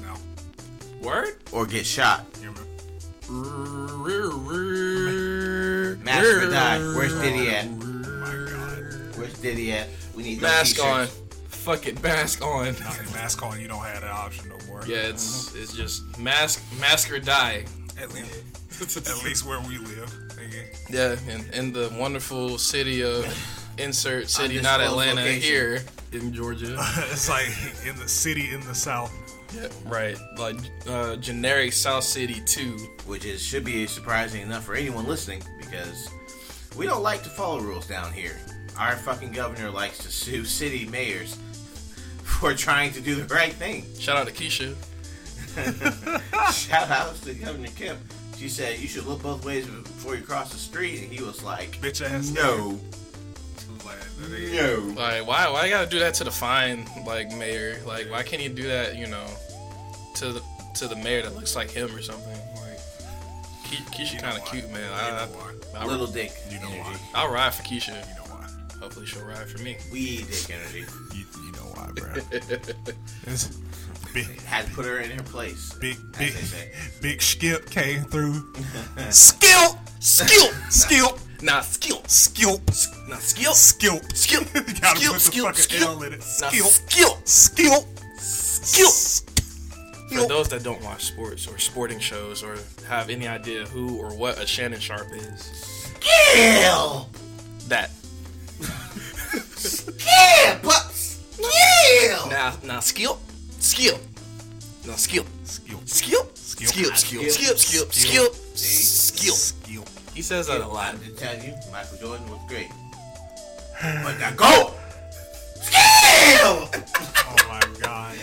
now. Word? or get shot. You remember? Mask Mask or die. Where's Diddy at? My God. Where's Diddy at? We need those Mask on. t-shirts. Fuck it, mask on. Not in mask on, you don't have that option no more. Yeah, it's it's just mask mask or die. At least, at least where we live. nigga. Yeah, in, in the wonderful city of insert city, not Undisclosed Atlanta location. here in Georgia. it's like in the city in the south. Yeah, right, like uh, generic South City two. Which is should be surprising enough for anyone listening because we don't like to follow rules down here. Our fucking governor likes to sue city mayors for trying to do the right thing. Shout out to Keisha. Ah. Shout outs to Governor Kemp. She said you should look both ways before you cross the street, and he was like, Bitch ass. "No, nigga. It's Like, that nigga- no." Like, why why you gotta do that to the fine like mayor? Like, why can't he do that? You know, to the to the mayor that looks like him or something. Like, Ke- Keisha You know kind of why. cute, man. You I, know why. I, I, Little dick. You know energy. why. I'll ride for Keisha. You know why. Hopefully, she'll ride for me. Wee dick energy. You, you know why, bro. it's big, Had to put her in her place. big, as big, they say. big skip came through. skill, skill, skill, Nah, skill, skill, nah, skill, skill, skill, You gotta skill, put the fucking skill, skill. L in it. Nah, Skill, skill. skill, Skill. For those that don't watch sports or sporting shows or have any idea who or what a Shannon Sharp is, Kill. that Yeah, pups. Kill. now now skill, skill, now skill, skill, skill, Skill. skill, skill, skill, Skill. skill, skill, skill. skill. He says that a lot. I'm just telling you, Michael Jordan was great. But now go. Skill. Oh my god.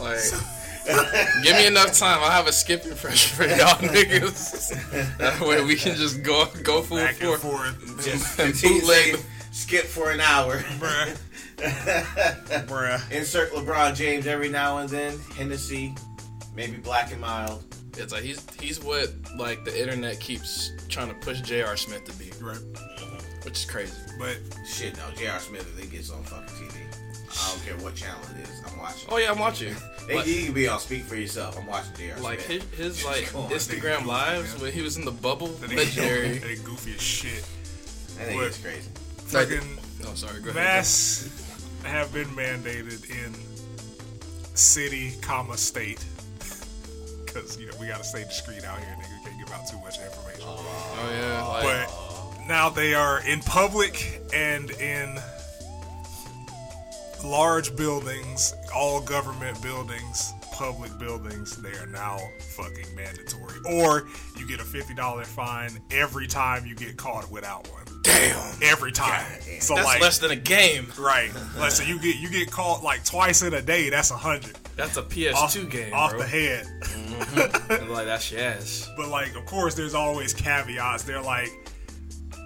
Like, give me enough time. I'll have a skipping impression for y'all niggas. That way we can just go go full Back and force. forth, Just And continue bootleg. saying, Skip for an hour. bruh. bruh. Insert LeBron James every now and then. Hennessy, maybe Black and Mild. It's like he's he's what like the internet keeps trying to push J.R. Smith to be, Right. which is crazy. But Shit, no. J.R. Smith, if they gets on fucking TV. I don't care what channel it is. I'm watching. Oh yeah, I'm watching. They, Like- you can be on speak for yourself. I'm watching J.R. Like his, Smith. his like Come on, Instagram dude. lives when he was in the bubble, that ain't, legendary. that ain't goofy as shit. That nigga what? is crazy. Like- Fucking oh, sorry. Go ahead. masks have been mandated in city, comma state, because you know we gotta stay discreet out here, nigga. Can't give out too much information. Oh yeah. Like, But now they are in public and in large buildings, all government buildings, public buildings. They are now fucking mandatory, or you get a fifty dollar fine every time you get caught without one. Damn. Every time. So that's like. less than a game. Right. Like, so you get you get caught like twice in a day. That's a hundred That's a off, PS2 game, off bro. the head. And, like that's your ass. But like, of course, there's always caveats. They're like,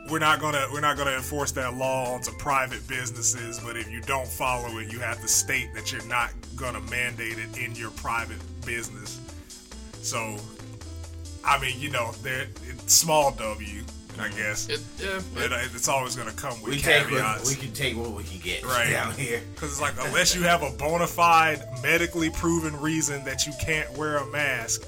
we're not gonna we're not gonna enforce that law onto private businesses. But if you don't follow it, you have to state that you're not gonna mandate it in your private business. So, I mean, you know, they're it's small W, I guess. It, yeah. But, uh, it's always gonna come with We take what, caveats. we can take what we can get Right. down here. Because it's like, unless you have a bona fide, medically proven reason that you can't wear a mask,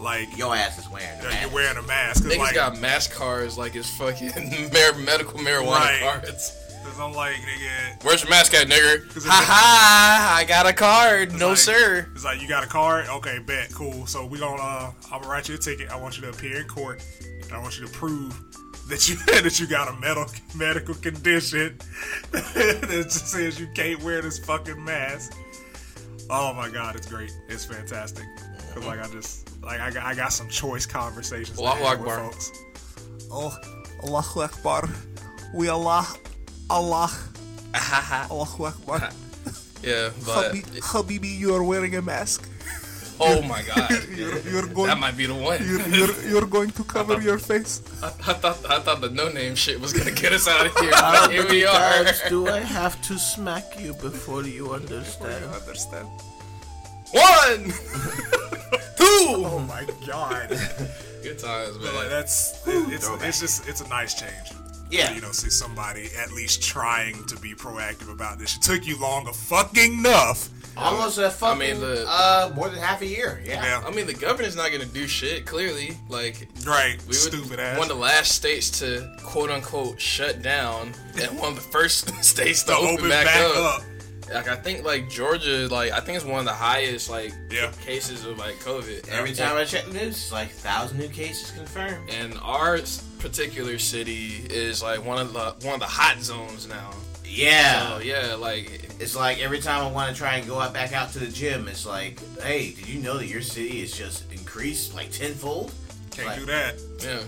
like, Your ass is wearing. a you're, mask. you're wearing a mask. Because Niggas like, got mask cards like it's fucking mar- medical marijuana Right. cards. 'cause I'm like, nigga. Where's your mask at, nigga? 'Cause it's Ha ha! I got a card. it's No like- sir. It's like, you got a card? Okay, bet. Cool. So we gonna, uh, I'm gonna write you a ticket. I want you to appear in court. And I want you to prove that you that you got a medical medical condition that just says you can't wear this fucking mask. Oh my god, it's great. It's fantastic. 'Cause, like I just like I got, I got some choice conversations. to Allahu have with Akbar. folks. Oh, Allahu Oh, Akbar. We Allah, Allah, Allahu Akbar. Yeah, but Habi- Habibi, you are wearing a mask. oh my god, You're, you're that going. might be the one. You're, you're, you're going to cover your face. I, I thought I thought the no name shit was gonna get us out of here. but here we are. do I have to smack you before you understand? understand? One, two. Oh my god! Good times, But, like man. that's it, it's it's just it's a nice change. Yeah. you don't see somebody at least trying to be proactive about this. It took you long a fucking enough Almost a fucking, I mean, the- uh, more than half a year. Yeah. Yeah. I mean, the governor's not gonna do shit. Clearly, like Right. we Stupid were ass. one of the last states to quote unquote shut down, and one of the first states to, To open, back, up. Like I think like Georgia, like I think it's one of the highest like Yeah. cases of like COVID. Every And- time I check the news, it's like thousand new cases confirmed. and our s- particular city is like one of the one of the hot zones now. Yeah. So yeah, like It's like every time I want to try and go out back out to the gym, it's like, hey, did you know that your city is just increased like tenfold? Can't Like, do that. yeah.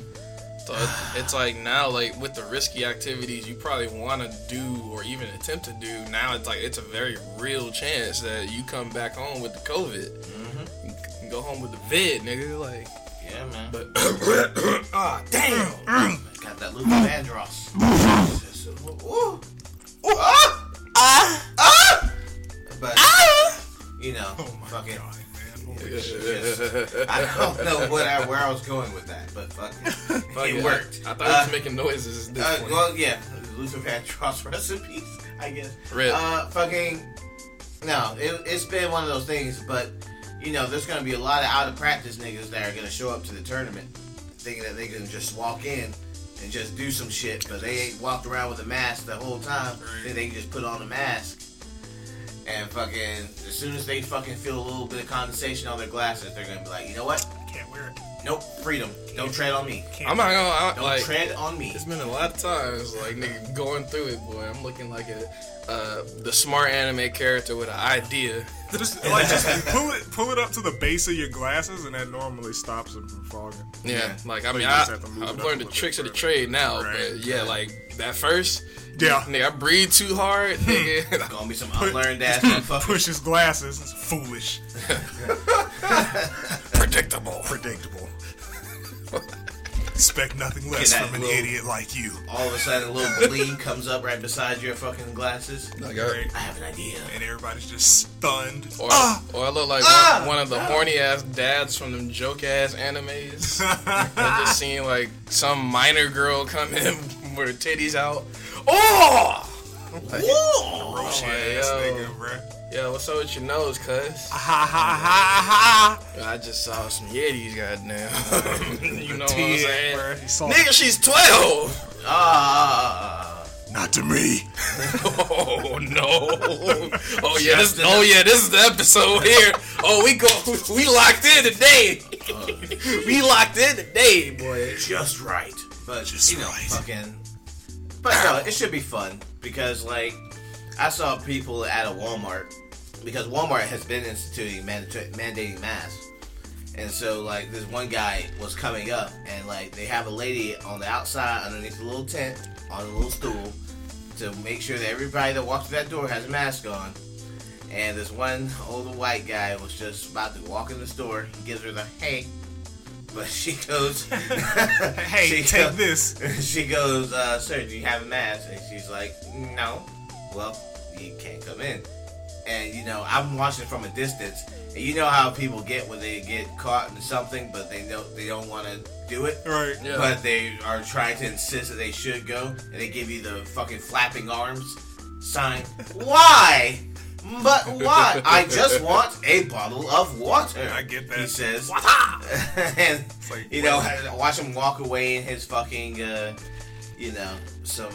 So it- it's like now, like with the risky activities you probably want to do or even attempt to do, now it's like it's a very real chance that you come back home with the COVID. You can Go home with the vid, nigga. Like, Yeah, man. but ah, damn. Got that Luke Vandross. Jesus. Ooh. Ooh. Ah! But Ah! you know, Oh fucking. God, man. Holy Yeah. shit. I don't know what I, where I was going with that, but fuck it, Fuck it worked. I, I thought Uh, it was making noises. At this Uh, point. well, yeah, Luther Vandross recipes, I guess. Rip. Uh, fucking. No, it, it's been one of those things, but you know, there's gonna be a lot of out of practice niggas that are gonna show up to the tournament, thinking that they can just walk in and just do some shit, but they ain't walked around with a mask the whole time. Then they can just put on a mask. And fucking, as soon as they fucking feel a little bit of condensation on their glasses, they're gonna be like, you know what? Can't wear it. Nope, freedom. Don't tread on me. Can't I'm not gonna I, Don't like. tread on me. It's been a lot of times, like nigga, going through it, boy. I'm looking like a uh, the smart anime character with an idea. Just, like, just pull it, pull it up to the base of your glasses, and that normally stops them from fogging. Yeah, Yeah. like I mean, You I, just have to move it I've up a learned the little tricks bit of the further. trade now, Right. but yeah, like that first, Yeah. Hmm. nigga, I breathe too hard, nigga. Gonna be some unlearned ass motherfucker. Push his glasses. It's foolish. Predictable. Predictable. Expect nothing less Get that from an little- idiot like you. All of a sudden, a little bleed comes up right beside your fucking glasses. Like, I- I have an idea. And everybody's just stunned. or, or I look like Ah! one, one of the horny ass dads from them joke ass animes. I just seen like some minor girl come in with her titties out. Oh, Roshi my ass God. nigga, bruh. yeah, what's up with your nose, cuz? Ha ha ha ha. I just saw some Yetis, goddamn. you know what I'm Yeah, saying? bruh. He saw- Nigga, she's 12! Ah, Not to me. Oh, no. Oh, yeah, this, oh, yeah, this is the episode here. Oh, we go, we locked in today. we locked in today, boy. just right. But Just you know, right. fucking. But no, it should be fun because like I saw people at a Walmart because Walmart has been instituting mandata- mandating masks. And so, like, this one guy was coming up, and like, they have a lady on the outside underneath the little tent on a little stool to make sure that everybody that walks through that door has a mask on. And this one older white guy was just about to walk in the store. He gives her the hey, but she goes, Hey, she take go- this. She goes, uh, "Sir, do you have a mask?" And she's like, "No." Well, you can't come in. And you know, I'm watching from a distance. And you know how people get when they get caught in something, but they know they don't want to do it. Right. Yeah. But they are trying to insist that they should go, and they give you the fucking flapping arms sign. Why? But why? I just want a bottle of water. I get that. He says. Wah-ha! and like, you know, I watch him walk away in his fucking, uh, you know, some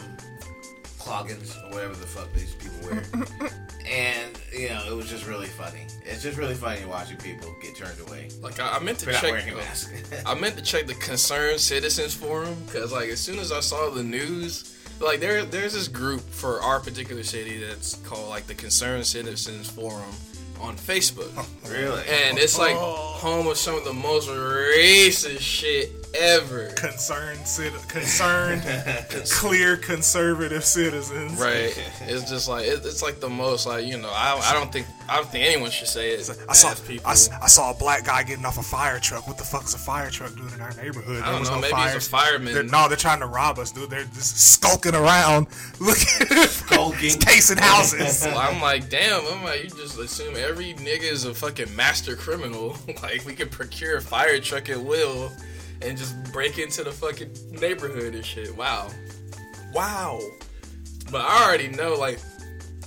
cloggins or whatever the fuck these people wear. and you know, it was just really funny. It's just really funny watching people get turned away Like, I, I meant to for not check. wearing a mask. I meant to check the concerned citizens forum because like as soon as I saw the news, like there there's this group for our particular city that's called like the concerned citizens forum on Facebook, really? and it's like home of some of the most racist shit ever. Concerned, citi- concerned, clear conservative citizens. Right? It's just like it, it's like the most like you know I, I don't think I don't think anyone should say it. I saw, as people. I, s- I saw a black guy getting off a fire truck. What the fuck's a fire truck doing in our neighborhood? I There don't was know. no maybe fires. it's a fireman. They're, no, they're trying to rob us, dude. They're just skulking around, looking, Skulking. casing houses. Well, I'm like, damn. I'm like, you just assume every nigga is a fucking master criminal. like, we could procure a fire truck at will and just break into the fucking neighborhood and shit. Wow. Wow. But I already know, like,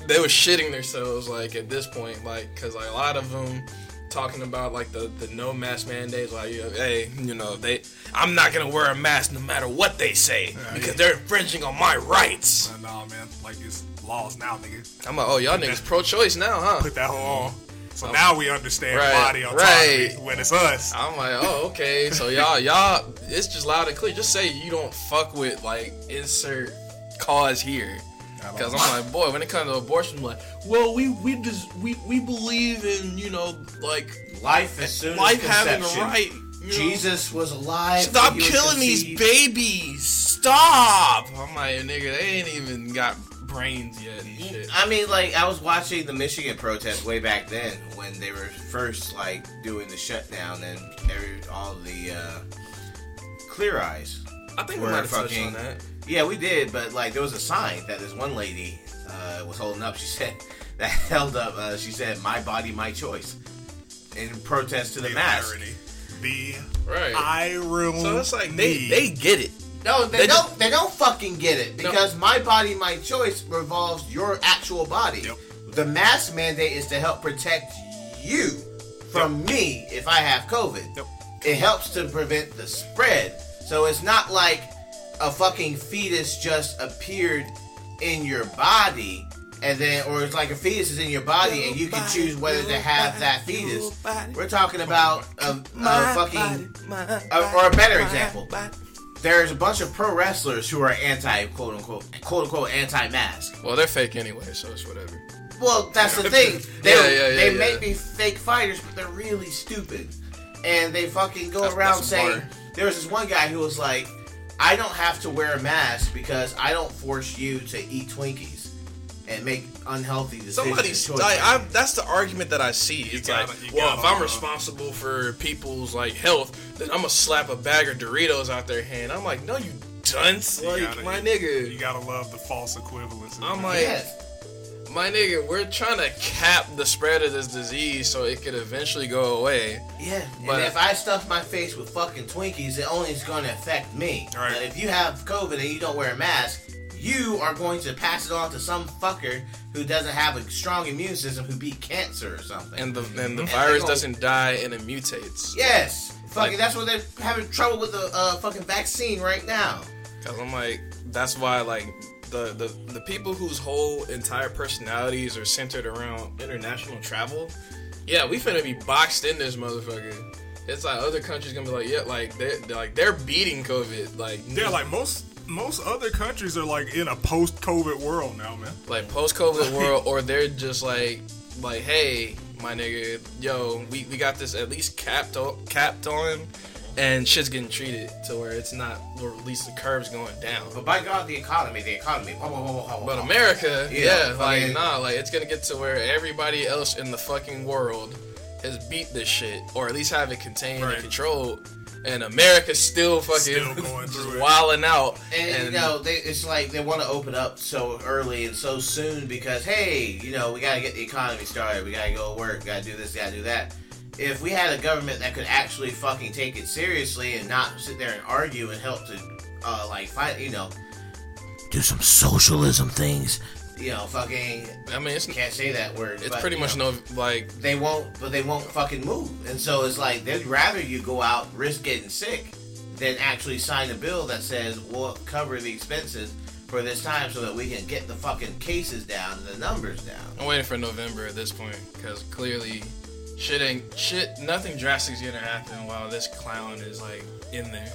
they were shitting themselves like at this point, like because like, a lot of them talking about like the the no mask mandates, like you know, hey, you know they, I'm not gonna wear a mask no matter what they say because they're infringing on my rights. Uh, Nah, man, like it's laws now, nigga. I'm like, oh y'all niggas pro-choice now, huh? Put that whole on. So now we understand Right, body autonomy right. when it's us. I'm like, oh okay, so y'all y'all, it's just loud and clear. Just say you don't fuck with like insert cause here. Because I'm like, boy, when it comes to abortion, I'm like, well, we we just we we believe in you know like Life as soon life as having a conception. right. you know? Jesus was alive. Stop when he was killing these conceived. babies! Stop! I'm like, nigga, they ain't even got brains yet and shit. I mean, like I was watching the Michigan protest way back then when they were first like doing the shutdown and every, all the uh, clear eyes. I think we We're might have touched fucking- on that. Yeah, we did, but like there was a sign that this one lady uh, was holding up. She said that held up. Uh, she said, "My body, my choice," in protest to the The mask. irony. The Right. irony. so it's like they they get it. No, they, They don't. just- they don't fucking get it No. because my body, my choice revolves your actual body. Yep. The mask mandate is to help protect you from me if I have COVID. Yep. It helps to prevent the spread. So it's not like a fucking fetus just appeared in your body. And then, or it's like a fetus is in your body, and you can choose whether to have that fetus. We're talking about a, a fucking, a- or a better example there's a bunch of pro wrestlers who are anti quote unquote quote unquote anti mask. Well, they're fake anyway, so it's whatever. Well, that's the thing. They Yeah, yeah, yeah, they yeah. may be fake fighters, but they're really stupid, and they fucking go That's- around that's saying bar. there was this one guy who was like, "I don't have to wear a mask because I don't force you to eat Twinkies and make unhealthy decisions." Somebody's and like, choices." I, that's the argument that I see. It's gotta- like, you well, gotta, if I'm uh, responsible for people's like health, then I'm gonna slap a bag of Doritos out their hand. I'm like, no, you dunce, like gotta- my You nigga. gotta love the false equivalence. I'm like, yes, my nigga, we're trying to cap the spread of this disease so it could eventually go away. yeah. And but- if I stuff my face with fucking Twinkies, it only is going to affect me. Right. But if you have COVID and you don't wear a mask, you are going to pass it on to some fucker who doesn't have a strong immune system who beat cancer or something. and the and the Mhm. virus doesn't die and it mutates. yes, fucking. Like- that's what they're having trouble with the uh, fucking vaccine right now. Cause I'm like, that's why like the, the the people whose whole entire personalities are centered around international travel. Yeah, we finna be boxed in this motherfucker. It's like other countries gonna be like, yeah, like they're, they're like they're beating COVID, like yeah, like most most other countries are like in a post-COVID world now, man. like post COVID world, or they're just like like, hey, my nigga, yo, we, we got this at least capped on, capped on, and shit's getting treated to where it's not, or at least the curve's going down. But by God, the economy, the economy. Whoa, whoa, whoa, whoa, whoa, But whoa. America, yeah, Yeah, like fucking- nah, like it's gonna get to where everybody else in the fucking world has beat this shit, or at least have it contained Right. and controlled, and America's still fucking Still going just through it. wilding out. And, you know, they, it's like they want to open up so early and so soon because hey, you know, we gotta get the economy started. We gotta go to work. Gotta do this. Gotta do that. If we had a government that could actually fucking take it seriously and not sit there and argue and help to, uh, like fight, you know, do some socialism things. You know, fucking I mean, it's can't say that word. it's but, pretty you much know no like they won't but they won't fucking move and so it's like they'd rather you go out risk getting sick than actually sign a bill that says we'll cover the expenses for this time so that we can get the fucking cases down and the numbers down I'm waiting for November at this point because clearly shit ain't shit. Nothing drastic's gonna happen while this clown is like in there.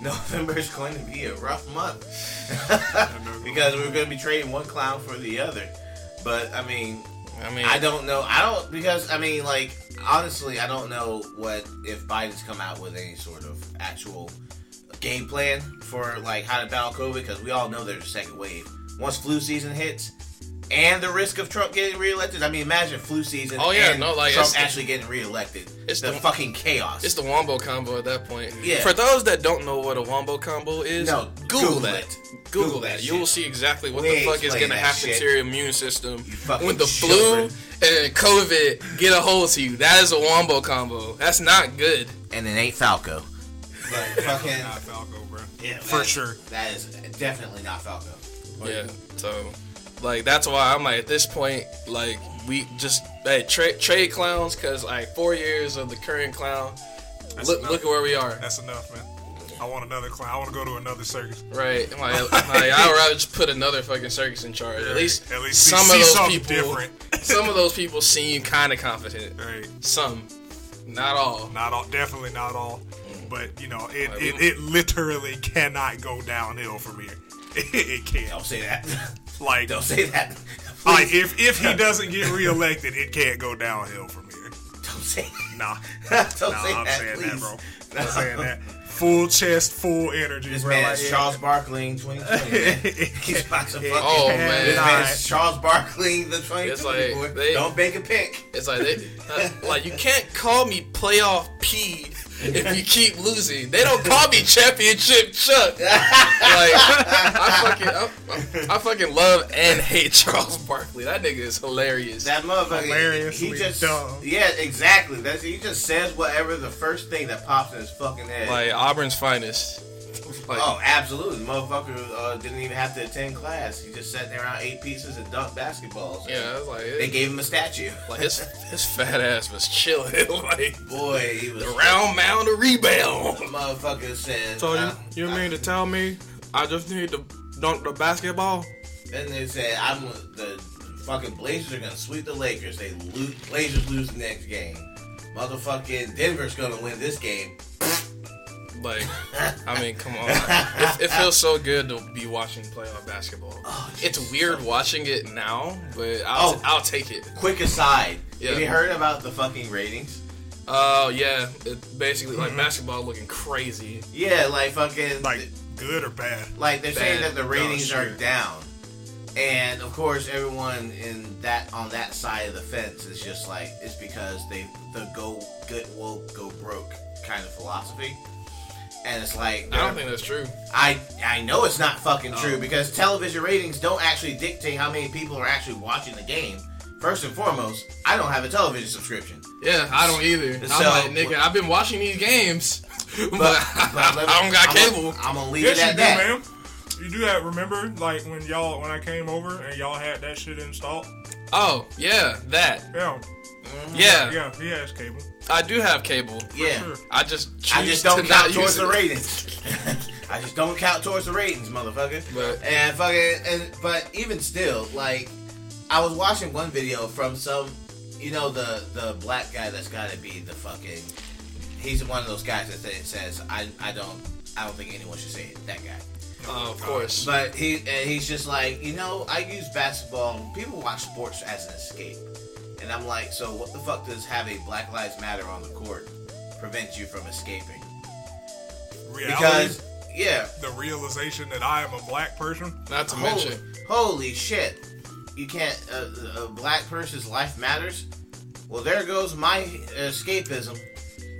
november is going to be a rough month because we're going to be trading one clown for the other but i mean I mean, I don't know. I don't because I mean, like honestly, I don't know what if Biden's come out with any sort of actual game plan for like how to battle COVID because we all know there's a second wave once flu season hits. And the risk of Trump getting reelected. I mean, imagine flu season. Oh, yeah, and no, like, Trump it's the- actually getting reelected. it's It's the, the- fucking chaos. It's the Wombo combo at that point. Yeah. For those that don't know what a Wombo combo is, No, Google, Google that. it. Google, Google that. that You will see shit. exactly what We the ain't fuck is playing gonna that happen shit. to your immune system fucking when the children. flu and COVID get a hold to you. That is a Wombo combo. That's not good. and it ain't Falco. But fucking Not Falco, bro. yeah, For that- sure. Oh, That is definitely not Falco. yeah. So Like that's why I'm like at this point, like we just hey, tra- trade clowns because like four years of the current clown. Look, enough. look at where we are. That's enough, man. I want another clown. I want to go to another circus. Right. I'm like, I'm like, I'd rather just put another fucking circus in charge. At least, At least see- some see of those something people, different. some of those people seem kind of confident. Right. Some, not all. Not all, definitely not all. Mm. But you know, it, it, it literally cannot go downhill from here. It, it can't. Don't say that. Like, Don't say that. like if if he doesn't get reelected, it can't go downhill from here. Don't say. Nah, Don't nah, say I'm that, saying that, please. bro. I'm saying that. Full chest, full energy. This bro. man Like, is yeah. Charles Barkley in 2020. man. He's about to fucking. Oh Yeah, man, This man nah. is Charles Barkley in the 2020. It's like, boy. they- Don't bake a pick. It's like they, uh, like you can't call me playoff P if you keep losing. They don't call me championship Chuck. Like I fucking I, I, I fucking love and hate Charles Barkley. That nigga is hilarious. That motherfucker. Hilariously he just. dumb. Yeah, exactly. That's he just says whatever the first thing that pops in his fucking head. like Auburn's finest. Like, Oh, absolutely. The motherfucker uh, didn't even have to attend class. He just sat there around eight pieces and dunked basketballs. yeah, I was like, They gave him a statue. like his his fat ass was chilling. like Boy, he was. the round mound of rebound. Motherfucker said. So uh, you, you mean to tell me I just need to dunk the basketball? Then they said, "I'm the fucking Blazers are gonna sweep the Lakers. They lose. Blazers lose the next game. Motherfucking Denver's gonna win this game. Like, I mean, come on. It, it feels so good to be watching playoff basketball. it's weird watching it now, but I'll, Oh. I'll take it. Quick aside. Yeah. Have you heard about the fucking ratings? Oh, yeah. It basically, Mm-hmm. like, basketball looking crazy. Yeah, like fucking like good or bad. like they're saying Bad. that the ratings Oh, are sure. down and of course everyone in that on that side of the fence is just like it's because they the go good woke go broke kind of philosophy and it's like I don't think that's true. I, I know it's not fucking Oh. true because television ratings don't actually dictate how many people are actually watching the game first and foremost i don't have a television subscription Yeah, I don't either. I'm So- like, nigga, I've been watching these games, but, I, let me- I don't got I'm cable. gonna, I'm gonna leave Yes, it you at do, that ma'am. You do have. Remember, like when y'all when I came over and y'all had that shit installed. Oh, yeah, that. Yeah, Yeah, yeah, he has cable. I do have cable. yeah Sure. I just choose I just to don't count not use towards the it. ratings. I just don't count towards the ratings, motherfucker. But- and fucking, and but even still, like, I was watching one video from some, you know, the the black guy that's got to be the fucking. He's one of those guys that th- says, "I I don't I don't think anyone should say it." That guy. Oh, of course. But he and he's just like, you know, I use basketball. People watch sports as an escape, and I'm like, so what the fuck does having Black Lives Matter on the court prevent you from escaping? Reality, because yeah, the realization that I am a black person. Not to holy, mention. holy shit, you can't. uh, A, a black person's life matters. Well, there goes my escapism.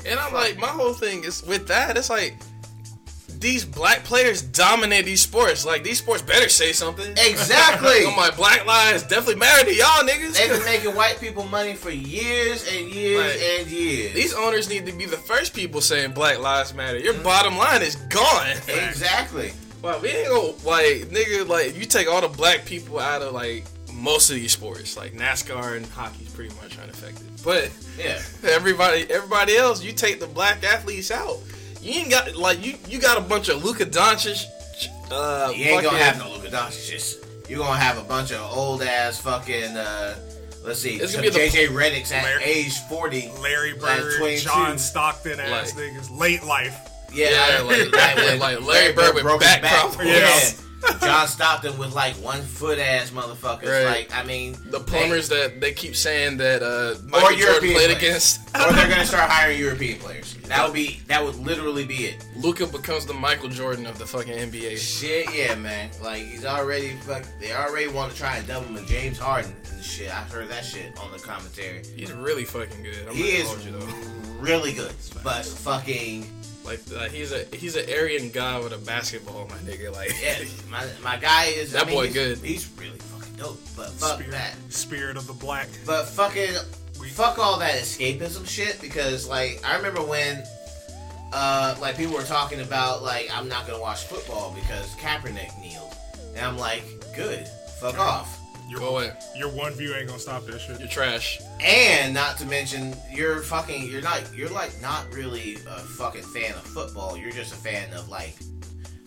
And I'm like, my whole thing is with that. It's like these black players dominate these sports. Like these sports better say something. Exactly. I'm like, black lives definitely matter to y'all They've been niggas. making white people money for years and years Like, and years. These owners need to be the first people saying Black Lives Matter. Your bottom line is gone. exactly. Like, we ain't gonna like nigga. Like you take all the black people out of like most of these sports, like NASCAR and hockey's pretty much unaffected. But Yeah. everybody everybody else you take the black athletes out you ain't got like you you got a bunch of Luka Doncic uh You ain't gonna fucking- have no Luka Doncic's. You're gonna have a bunch of old ass fucking. Uh, let's see. It's It's gonna be the- JJ Reddick's at Larry- age 40. Larry Like Bird, 22. John Stockton ass Like- niggas, late life. Yeah, Yeah, I- like- I- like Larry Bird with broke his back problems. Yeah. John Stockton with like one foot ass motherfuckers. Right. Like, I mean, the plumbers that they keep saying that uh Michael Jordan European played players. against or they're gonna start hiring European players. That would be that would literally be it. Luka becomes the Michael Jordan of the fucking NBA Shit, yeah, man. Like he's already fuck. They already want to try and double him with James Harden and shit. I heard that shit on the commentary. he's really fucking good I'm He gonna is hold you though really good, but fucking like, like he's a he's an Aryan guy with a basketball my nigga like yeah, my, my guy is I That mean, boy he's- good. He's really fucking dope, but fuck spirit, that. spirit of the black. But fucking We- fuck all that escapism shit because like I remember when uh like people were talking about like I'm not gonna watch football because Kaepernick kneeled. And I'm like, good, fuck off. Your, Go away. Your one view ain't gonna stop that shit. You're trash. And not to mention, you're fucking. You're not. You're like not really a fucking fan of football. You're just a fan of like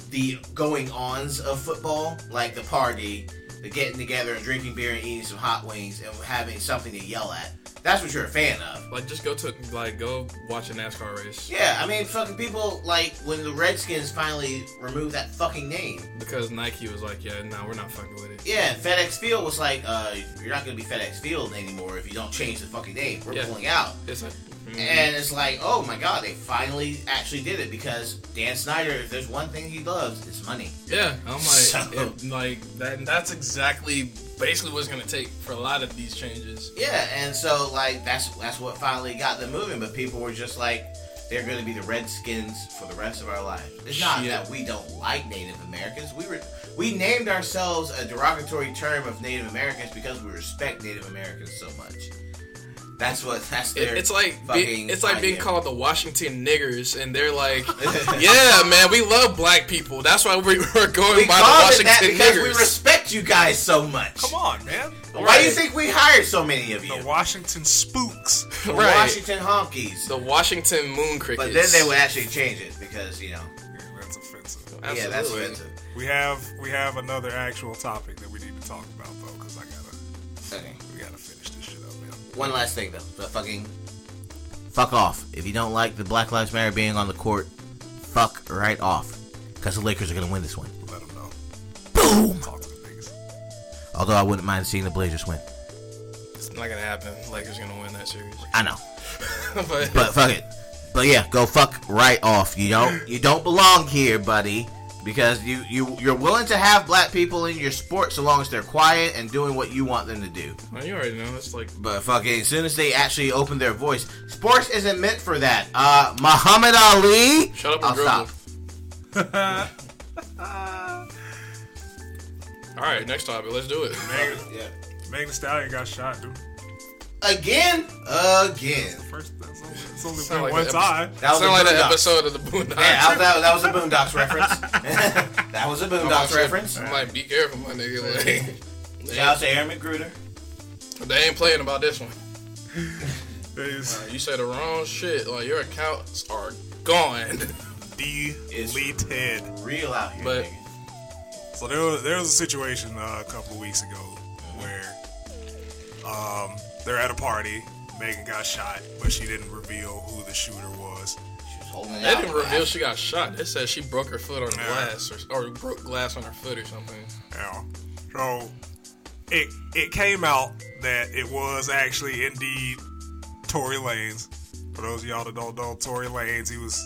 the going ons of football, like the party, the getting together and drinking beer and eating some hot wings and having something to yell at. That's what you're a fan of. Like, just go to like go watch a NASCAR race Yeah, I mean, fucking people like when the Redskins finally removed that fucking name. because Nike was like, yeah, no, we're not fucking with it. Yeah, FedEx Field was like, uh, you're not gonna be FedEx Field anymore if you don't change the fucking name. We're Yeah. pulling out. It's like, And it's like, oh my god, they finally actually did it because Dan Snyder, if there's one thing he loves, it's money. Yeah, I'm like, So- it- like that. That's exactly basically what's gonna take for a lot of these changes. Yeah, and so like that's that's what finally got them moving. But people were just like, they're going to be the Redskins for the rest of our lives. It's not Shit. that we don't like Native Americans. We were we named ourselves a derogatory term of Native Americans because we respect Native Americans so much. That's what that's It- their it's like fucking being, it's like being idea. called the Washington niggers, and they're like, yeah, man, we love black people. That's why we are going We by called the it that Washington because niggers. we respect you guys so much. Come on, man. Why do you think we hired so many of you? The Washington spooks. The Right. Washington Honkies. the Washington moon crickets. but then they would actually change it because, you know, That's offensive. yeah, that's Absolutely. offensive. We have we have another actual topic that we need to talk about though, because I gotta Okay. we gotta finish this shit up, man. One last thing, though. The fucking. Fuck off. If you don't like the Black Lives Matter being on the court, fuck right off. Because the Lakers are going to win this one. Let them know. Boom! Talk to the niggas. Although I wouldn't mind seeing the Blazers win. It's not gonna happen. Lakers gonna win that series. I know. but But fuck it. But yeah, go fuck right off. You don't you don't belong here, buddy. Because you, you you're willing to have black people in your sport so long as they're quiet and doing what you want them to do. well, oh, you already know it's like But fucking, as soon as they actually open their voice, sports isn't meant for that. Uh, Muhammad Ali. Shut up and I'll dribble. stop. all right. Next topic. Let's do it. Megan, Megan Thee Stallion got shot, dude. Again, again. First, that's only, it's only Sound been like one an time. That Sound like a an Boondocks. episode of the Yeah, I- Boondocks. that, that was a Boondocks reference. that was a Boondocks reference. I'm like, be careful, my nigga. Like, Shout out to Aaron McGruder. They ain't playing about this one. It is You said the wrong shit. Like your accounts are gone. deleted. Real out here, But- nigga. So there was, there was a situation uh, a couple of weeks ago where um, they're at a party. Megan got shot, but she didn't reveal who the shooter was. She was holding it They out didn't for reveal us. she got shot. They said she broke her foot on Yeah. glass or, or broke glass on her foot or something. Now, so it it came out that it was actually indeed Tory Lanez. For those of y'all that don't know Tory Lanez, he was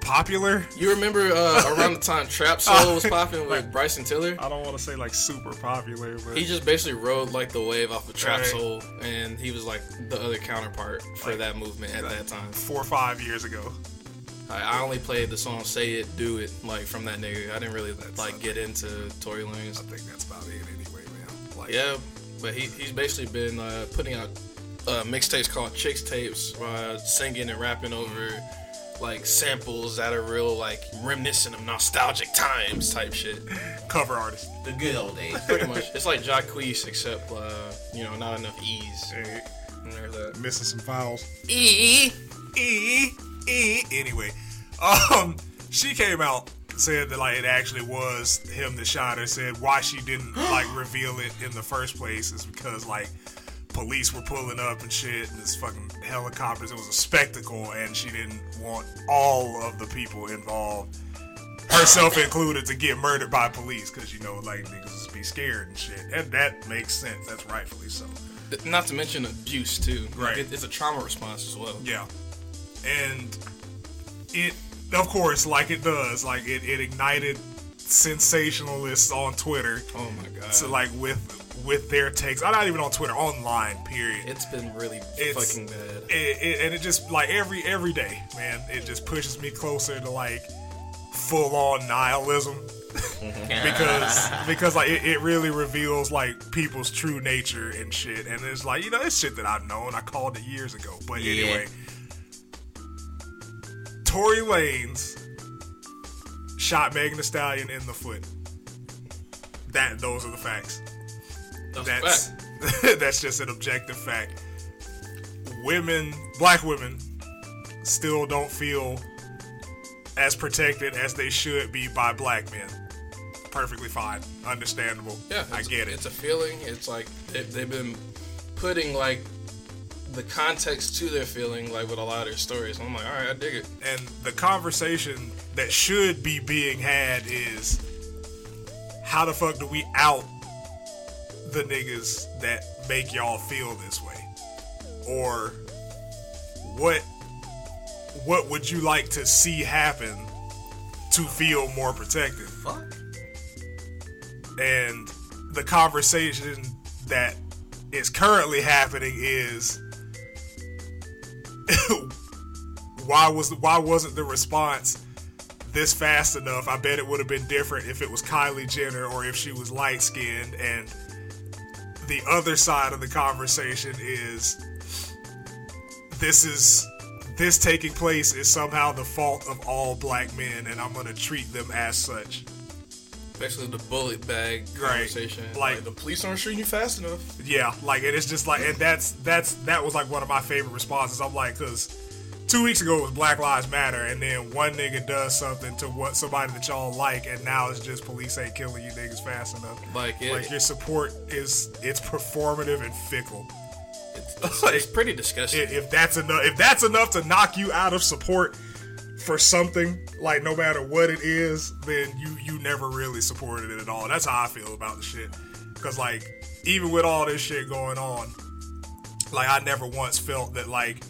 popular. You remember uh, around the time Trap Soul was popping with Bryson Tiller? I don't want to say like super popular, but He just basically rode like the wave off of Trap Right. Soul, and he was like the other counterpart for that movement at that time. four or five years ago. I, I only played the song "Say It, Do It" like from that nigga. I didn't really like get into Tory Lanez. I think that's about it anyway, man. Like, Yeah, but he, he's basically been uh, putting out uh, mixtapes called Chicks Tapes, uh, singing and rapping over like samples that are real, like reminiscent of nostalgic times type shit. cover artist. The good old days. Pretty much, it's like Jacquees, except uh, you know, not enough E's. And there's that. Missing some files. E. E E. Anyway, um, she came out said that like it actually was him that shot her. Said why she didn't like reveal it in the first place is because like police were pulling up and shit and this fucking helicopters. It was a spectacle, and she didn't want all of the people involved. Herself included to get murdered by police because you know like niggas just be scared and shit, and that makes sense. That's rightfully so. Not to mention abuse too. Like, Right. it- it's a trauma response as well. Yeah. And it, of course, like it does, like it, it ignited sensationalists on Twitter. Oh my god. So like with with their takes, I'm not even on Twitter, online. Period. it's been really It's- fucking bad. It- it- and it just like every every day, man, it just pushes me closer to like full on nihilism because because like it, it really reveals like people's true nature and shit and it's like you know it's shit that i've known i called it years ago but Yeah. anyway tory lanes shot megan the stallion in the foot That those are the facts. That's a That's fact. that's just an objective fact. Women, black women, still don't feel as protected as they should be by black men. Perfectly fine, understandable. Yeah, I it's- get it. It's a feeling. It's like they, they've been putting like the context to their feeling, like with a lot of their stories. I'm like, all right, I dig it. and the conversation that should be being had is how the fuck do we out the niggas that make y'all feel this way or what what would you like to see happen to feel more protected Fuck. and the conversation that is currently happening is why was why wasn't the response this fast enough? I bet it would have been different if it was Kylie Jenner or if she was light skinned and the other side of the conversation is this is this taking place is somehow the fault of all black men and I'm going to treat them as such. Especially the bullet bag Right. conversation. Like- Like, the police aren't shooting you fast enough. yeah like and it's just like and that's that's that was like one of my favorite responses i'm like because two weeks ago it was black lives matter and then one nigga does something to what somebody that y'all like and now it's just police ain't killing you niggas fast enough Like, it, like your support is it's performative and fickle it's, it's, it's pretty disgusting. I- if that's enough if that's enough to knock you out of support for something like no matter what it is then you you never really supported it at all that's how i feel about the shit because like even with all this shit going on like i never once felt that like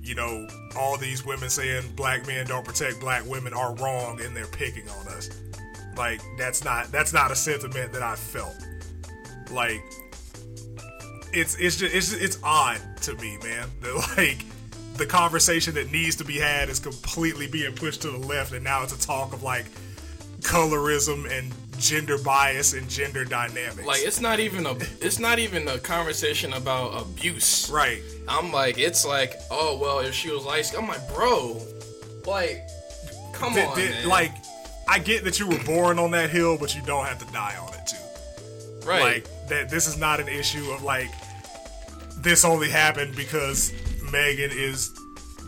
you know all these women saying black men don't protect black women are wrong and they're picking on us like that's not that's not a sentiment that i felt like it's it's just it's it's odd to me, man. That like the conversation that needs to be had is completely being pushed to the left, and now it's a talk of like colorism and gender bias and gender dynamics. like it's not even a it's not even a conversation about abuse. right, I'm like, it's like, oh well, if she was light skinned I'm like, bro, like, come Th- on, th- man. like I get that you were born on that hill, but you don't have to die on it too. right? Like that this is not an issue of like this only happened because Megan is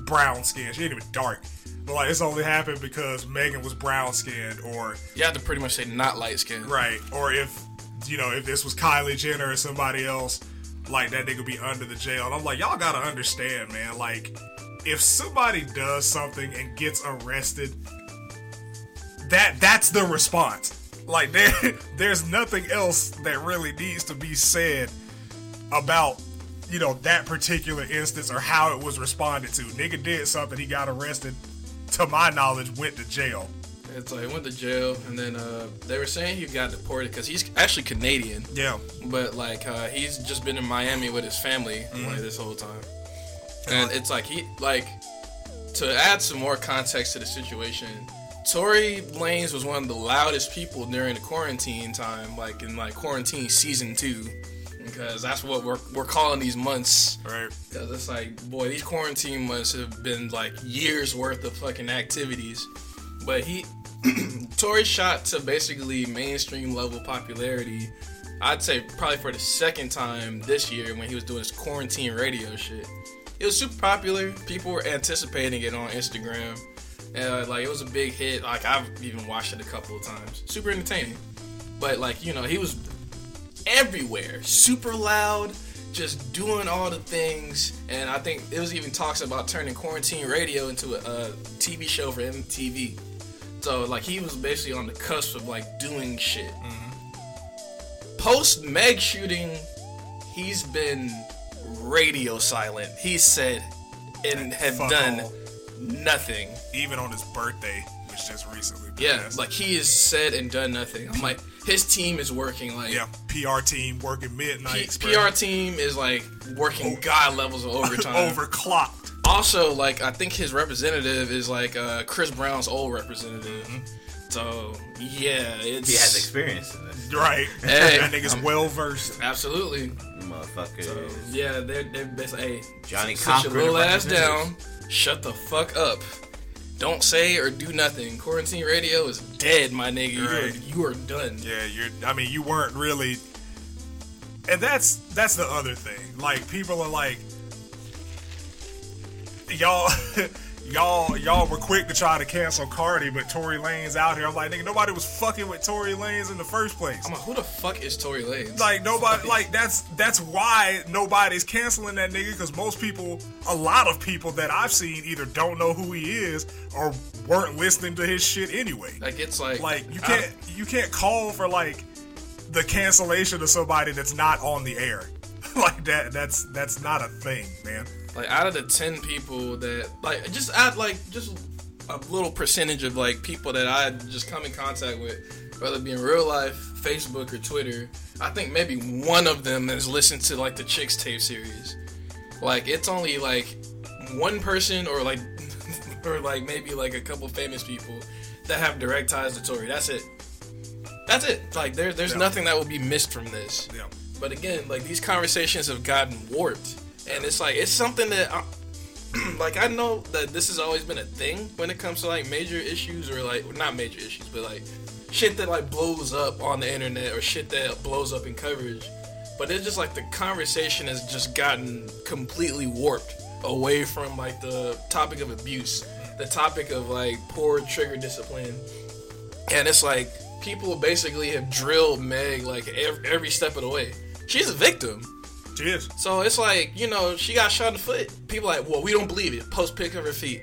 brown skinned. She ain't even dark. But like this only happened because Megan was brown skinned or you have to pretty much say not light skinned. Right. Or if you know, if this was Kylie Jenner or somebody else, like that nigga be under the jail. And I'm like, y'all gotta understand, man. Like, if somebody does something and gets arrested, that that's the response. Like there there's nothing else that really needs to be said about you know that particular instance or how it was responded to. Nigga did something, he got arrested. To my knowledge, went to jail. It's like went to jail, and then uh, they were saying he got deported because he's actually Canadian, Yeah. but like uh, he's just been in Miami with his family like this whole time, and it's like he like to add some more context to the situation. Tory Lanez was one of the loudest people during the quarantine time, like in like quarantine season two, because that's what we're we're calling these months. Right. Cause it's like, boy, these quarantine months have been like years worth of fucking activities. But he, Tory shot to basically mainstream level popularity. I'd say probably for the second time this year when he was doing his quarantine radio shit. It was super popular. People were anticipating it on Instagram. Uh, like it was a big hit. Like I've even watched it a couple of times. Super entertaining. But like you know, he was everywhere, super loud, just doing all the things. And I think it was even talks about turning quarantine radio into a, a TV show for MTV. So like he was basically on the cusp of like doing shit. Mm-hmm. Post Meg shooting, he's been radio silent. He said and have Fuck done all. nothing. even on his birthday, which just recently. Yeah, passed. like he has said and done nothing. I'm like his team is working like yeah, PR team working P- midnight. PR team is like working Oh. god levels of overtime. overclocked. Also, like I think his representative is like uh, Chris Brown's old representative. Mm-hmm. So yeah, it's He has experience in this. Right, Hey, that nigga's well versed. absolutely. Motherfucker. Yeah, they're they're basically hey Johnny sit your Cochran little of ass representatives. down, shut the fuck up, Don't say or do nothing. Quarantine radio is dead, my nigga. You are- Right. You are done. Yeah, you're. I mean, you weren't really. And that's that's the other thing. Like people are like, y'all, y'all, y'all were quick to try to cancel Cardi, but Tory Lane's out here. I'm like, nigga, nobody was fucking with Tory Lane's in the first place. I'm like, who the fuck is Tory Lanez? Like nobody, like that's that's why nobody's canceling that nigga because most people, a lot of people that I've seen either don't know who he is or weren't listening to his shit anyway like it's like like you I- can't you can't call for like the cancellation of somebody that's not on the air like that that's that's not a thing man like out of the 10 people that like just add like just a little percentage of like people that i just come in contact with whether it be in real life facebook or twitter i think maybe one of them has listened to like the chicks tape series like it's only like one person or like or like maybe like a couple famous people that have direct ties to tory that's it that's it like there, there's Yeah. nothing that will be missed from this yeah but again, like these conversations have gotten warped, and it's like it's something that, I, like, I know that this has always been a thing when it comes to like major issues or like not major issues, but like shit that like blows up on the internet or shit that blows up in coverage. But it's just like the conversation has just gotten completely warped away from like the topic of abuse, the topic of like poor trigger discipline, and it's like people basically have drilled Meg like ev- every step of the way. She's a victim. cheers So it's like, you know, she got shot in the foot. People like, well, we don't believe it. Post pic of her feet,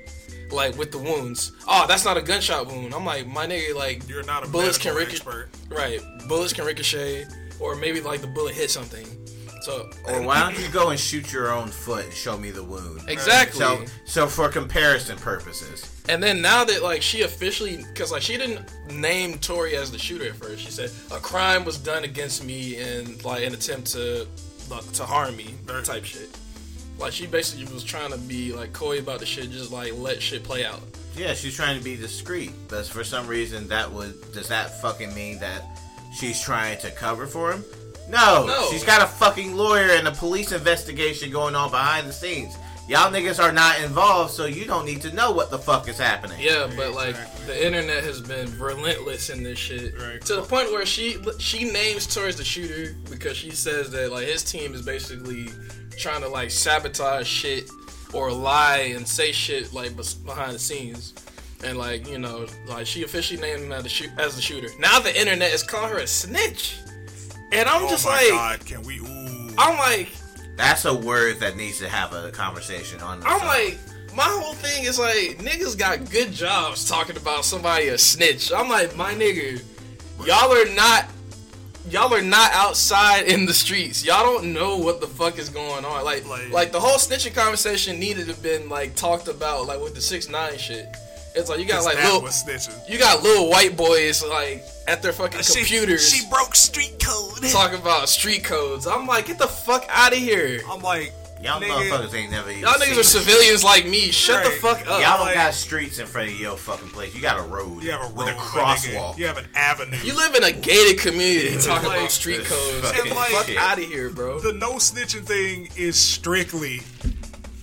like with the wounds. Oh, that's not a gunshot wound. I'm like, my nigga, like You're not a bullets medical can ricochet. expert. Right, bullets can ricochet, or maybe like the bullet hit something. So Or why don't you go and shoot your own foot and show me the wound? exactly. So, so for comparison purposes, And then now that like she officially, because like she didn't name Tori as the shooter at first. She said a crime was done against me and like an attempt to like, to harm me type shit. Like she basically was trying to be like coy about the shit, just like let shit play out. yeah, she's trying to be discreet, but for some reason, that would does that fucking mean that she's trying to cover for him? No, No. she's got a fucking lawyer and a police investigation going on behind the scenes. Y'all niggas are not involved, so you don't need to know what the fuck is happening. Yeah, but like the internet has been relentless in this shit Right. to the point where she she names Tori as the shooter because she says that like his team is basically trying to like sabotage shit or lie and say shit like bes- behind the scenes. And like you know, like she officially named him as the, shoot- as the shooter. Now the internet is calling her a snitch, and I'm oh just my like, god can we ooh I'm like, That's a word that needs to have a conversation on. I'm its own. like, my whole thing is like, niggas got good jobs talking about somebody a snitch. I'm like, my nigga, y'all are not, y'all are not outside in the streets. Y'all don't know what the fuck is going on. Like, like, Like- the whole snitching conversation needed to have been like talked about, like with the six nine shit. It's like you got 'Cause like that little, was snitching you got little white boys like at their fucking computers she, she broke street code talking about street codes. I'm like, get the fuck out of here. i'm like y'all nigga, motherfuckers ain't never. Even Y'all niggas are seen civilians like me. Shut the Right. fuck up. Y'all like- don't got streets in front of your fucking place. You got a road. you have a road with a my crosswalk. nigga. you have an avenue You live in a gated community talking Like, about street this codes. fucking Get the fuck shit. out of here, bro. the no snitching thing is strictly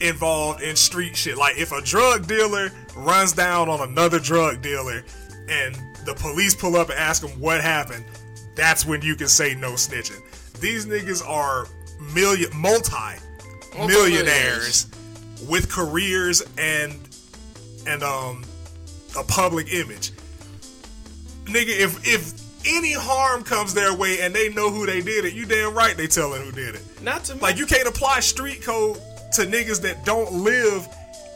involved in street shit. Like if a drug dealer runs down on another drug dealer and the police pull up and ask them what happened, that's when you can say no snitching. These niggas are million multi millionaires with careers and and um a public image. Nigga, if if any harm comes their way and they know who they did it, you damn right they telling who did it. Not to Like you can't apply street code to niggas that don't live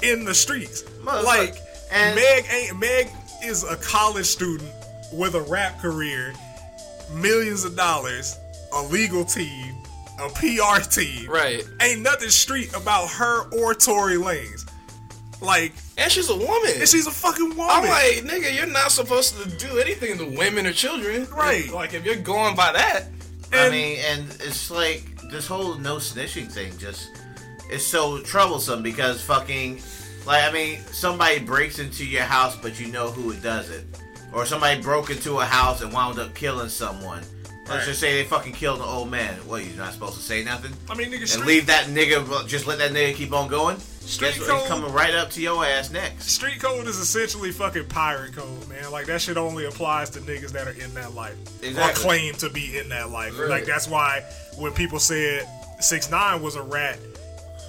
in the streets. Motherfucker. Like And- Meg ain't Meg is a college student with a rap career, millions of dollars, a legal team, a PR team. Right. Ain't nothing street about her or Tory Lanez. Like, And she's a woman. and she's a fucking woman. I'm like, nigga, you're not supposed to do anything to women or children. Right. Like, if you're going by that, I And- mean, and it's like this whole no snitching thing just is so troublesome because fucking, like, I mean, somebody breaks into your house, but you know who it does it, or somebody broke into a house and wound up killing someone. Let's just say they fucking killed an old man. What, you're not supposed to say nothing? I mean, nigga, and street, leave that nigga, just let that nigga keep on going? Street Guess what? He's code. coming right up to your ass next. Street code is essentially fucking pirate code, man. Like that shit only applies to niggas that are in that life or Exactly. claim to be in that life. Right. Like that's why when people said six nine was a rat,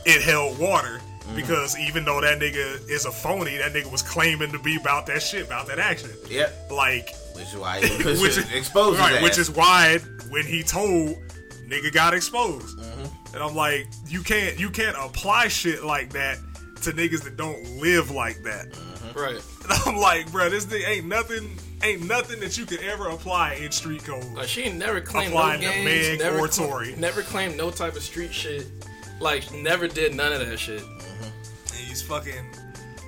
it held water because even though that nigga is a phony, that nigga was claiming to be about that shit, about that action. Yep. Like Which is why he puts Which which is- exposed his Right, ass. which is why when he told, nigga got exposed. And I'm like, you can't you can't apply shit like that to niggas that don't live like that. Right. And I'm like, bro, this thing ain't nothing ain't nothing that you could ever apply in street code. Like she ain't never claimed no Applying to games, Meg never or cla- Tory. never claimed no type of street shit. Like never did none of that shit. And These fucking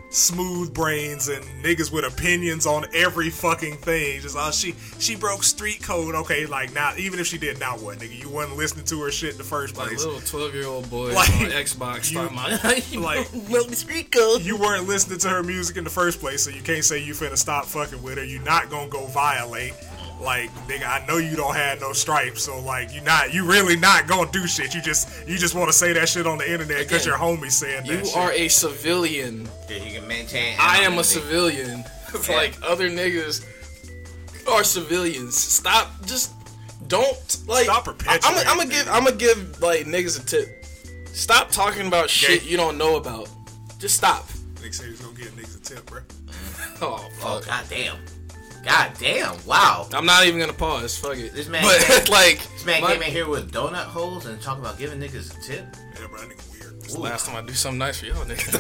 smooth brains and niggas with opinions on every fucking thing. Just oh she she broke street code. Okay, like now even if she did, now what, nigga? You wasn't listening to her shit in the first Like place. little twelve year old boy Like, on Xbox you- talking about like milk street code. you weren't listening to her music in the first place, so you can't say you finna stop fucking with her. you not gonna go violate. Like, nigga, I know you don't have no stripes, so like, you not, you really not gonna do shit. You just, you just want to say that shit on the internet because Again, your homie said that. You shit. are a civilian. Yeah, he can maintain. I am a anonymity. civilian. It's Yeah. like other niggas are civilians. Stop. Just don't like. Stop perpetuating I'm gonna give. I'm gonna give like niggas a tip. Stop talking about shit you don't know about. Just stop. Nigga said he was gonna get niggas a tip, bro. Oh Oh fuck. goddamn! Goddamn! Wow! I'm not even gonna pause. Fuck it. This man- But like. This man my- came in here with donut holes and talking about giving niggas a tip. Yeah, bro, that nigga weird. Ooh. Last time I do something nice for y'all niggas.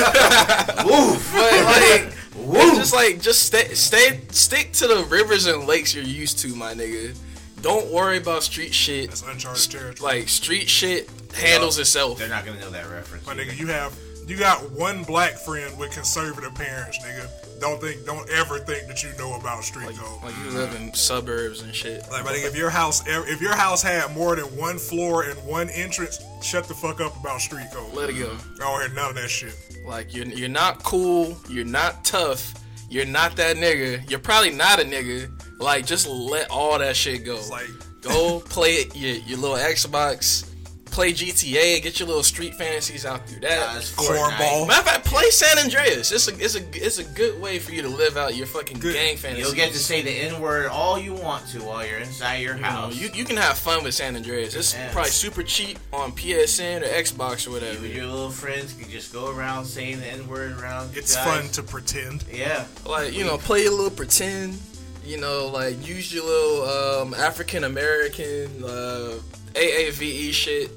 Oof! but like. It's Woo! just like just stay, stay, stick to the rivers and lakes you're used to, my nigga. Don't worry about street shit. That's uncharted territory. Like street shit handles itself. They're not gonna know that reference. My nigga, you have, you got one black friend with conservative parents, nigga. Don't think, don't ever think that you know about street Like, code. like you live in suburbs and shit. Like, but if your house if your house had more than one floor and one entrance, shut the fuck up about street code. Let it go. I don't hear none of that shit. Like you're you're not cool. You're not tough. You're not that nigga. You're probably not a nigga. Like just let all that shit go. like- go play your your little Xbox. Play GTA. Get your little street fantasies out through that. Uh, it's Fortnite. Cornball. Matter of fact, play San Andreas. It's a it's a it's a good way for you to live out your fucking Good. gang fantasy. You'll get to say the N word all you want to while you're inside your You, know, house. you, you can have fun with San Andreas. It's Yes. probably super cheap on PSN or Xbox or You whatever. and your little friends can just go around saying the N word around. you It's guys. fun to pretend. Yeah. Like you know, play a little pretend. You know, like use your little um, African American uh, AAVE E shit.